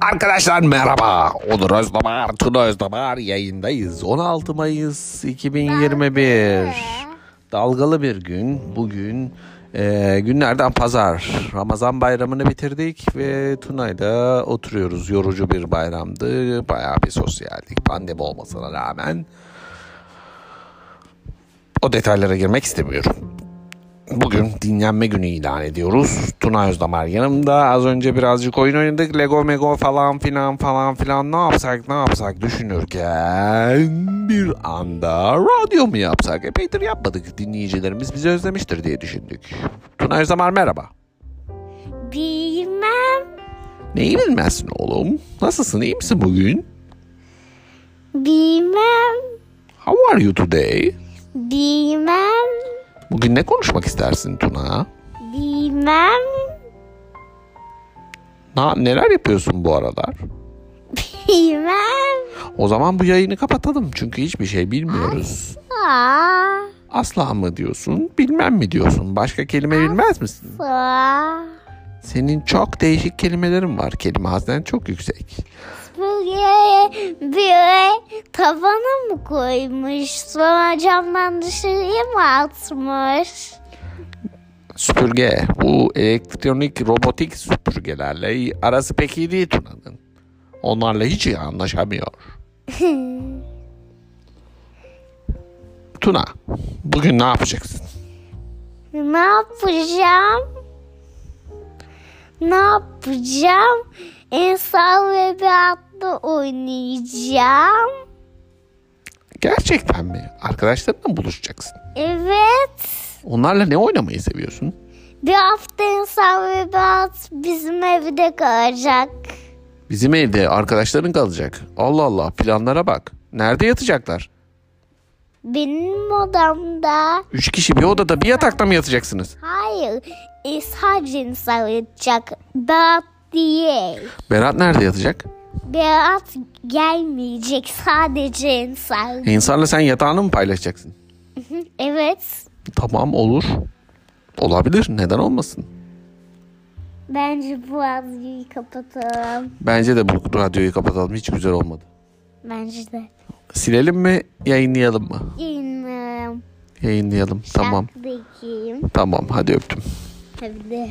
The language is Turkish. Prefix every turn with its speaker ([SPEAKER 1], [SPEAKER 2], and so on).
[SPEAKER 1] Arkadaşlar merhaba. Onur Özdemir, Tuna Özdemir yayındayız. 16 Mayıs 2021. Dalgalı bir gün. Bugün e, günlerden pazar. Ramazan bayramını bitirdik ve Tuna'yla oturuyoruz. Yorucu bir bayramdı. Bayağı bir sosyallik pandemi olmasına rağmen. O detaylara girmek istemiyorum. Bugün dinlenme günü ilan ediyoruz. Tuna Özdamar yanımda. Az önce birazcık oyun oynadık. Lego Mego falan filan falan filan ne yapsak ne yapsak düşünürken bir anda radyo mu yapsak? Epeydir yapmadık. Dinleyicilerimiz bizi özlemiştir diye düşündük. Tuna Özdamar merhaba.
[SPEAKER 2] Bilmem.
[SPEAKER 1] Neyi bilmezsin oğlum? Nasılsın? iyi misin bugün?
[SPEAKER 2] Bilmem.
[SPEAKER 1] How are you today?
[SPEAKER 2] Bilmem.
[SPEAKER 1] Bugün ne konuşmak istersin Tuna?
[SPEAKER 2] Bilmem.
[SPEAKER 1] Na, neler yapıyorsun bu aralar?
[SPEAKER 2] Bilmem.
[SPEAKER 1] O zaman bu yayını kapatalım çünkü hiçbir şey bilmiyoruz.
[SPEAKER 2] Aa.
[SPEAKER 1] Asla mı diyorsun, bilmem mi diyorsun? Başka kelime bilmez misin?
[SPEAKER 2] Aa.
[SPEAKER 1] Senin çok değişik kelimelerin var. Kelime haznen çok yüksek.
[SPEAKER 2] Böyle böyle tavana mı koymuş? Sonra camdan dışarıya mı atmış?
[SPEAKER 1] Süpürge. Bu elektronik robotik süpürgelerle arası pek iyi değil Tuna'nın. Onlarla hiç iyi anlaşamıyor. Tuna, bugün ne yapacaksın?
[SPEAKER 2] Ne yapacağım? Ne yapacağım? İnsan ve bir atla oynayacağım.
[SPEAKER 1] Gerçekten mi? Arkadaşlarınla mı buluşacaksın?
[SPEAKER 2] Evet.
[SPEAKER 1] Onlarla ne oynamayı seviyorsun?
[SPEAKER 2] Bir hafta insan ve bir at bizim evde kalacak.
[SPEAKER 1] Bizim evde arkadaşların kalacak. Allah Allah planlara bak. Nerede yatacaklar?
[SPEAKER 2] Benim odamda.
[SPEAKER 1] Üç kişi bir odada bir yatakta mı yatacaksınız?
[SPEAKER 2] Hayır. E, sadece insan olacak. Bir at değil.
[SPEAKER 1] Berat nerede yatacak?
[SPEAKER 2] Bir at gelmeyecek. Sadece insan.
[SPEAKER 1] İnsanla E, sen yatağını mı paylaşacaksın?
[SPEAKER 2] Evet.
[SPEAKER 1] Tamam olur. Olabilir. Neden olmasın?
[SPEAKER 2] Bence bu radyoyu kapatalım.
[SPEAKER 1] Bence de bu radyoyu kapatalım. Hiç güzel olmadı.
[SPEAKER 2] Bence de.
[SPEAKER 1] Silelim mi? Yayınlayalım mı?
[SPEAKER 2] Yayınım.
[SPEAKER 1] Yayınlayalım. Tamam.
[SPEAKER 2] Şarkıdayım.
[SPEAKER 1] Tamam. Hadi öptüm.
[SPEAKER 2] Tabii de.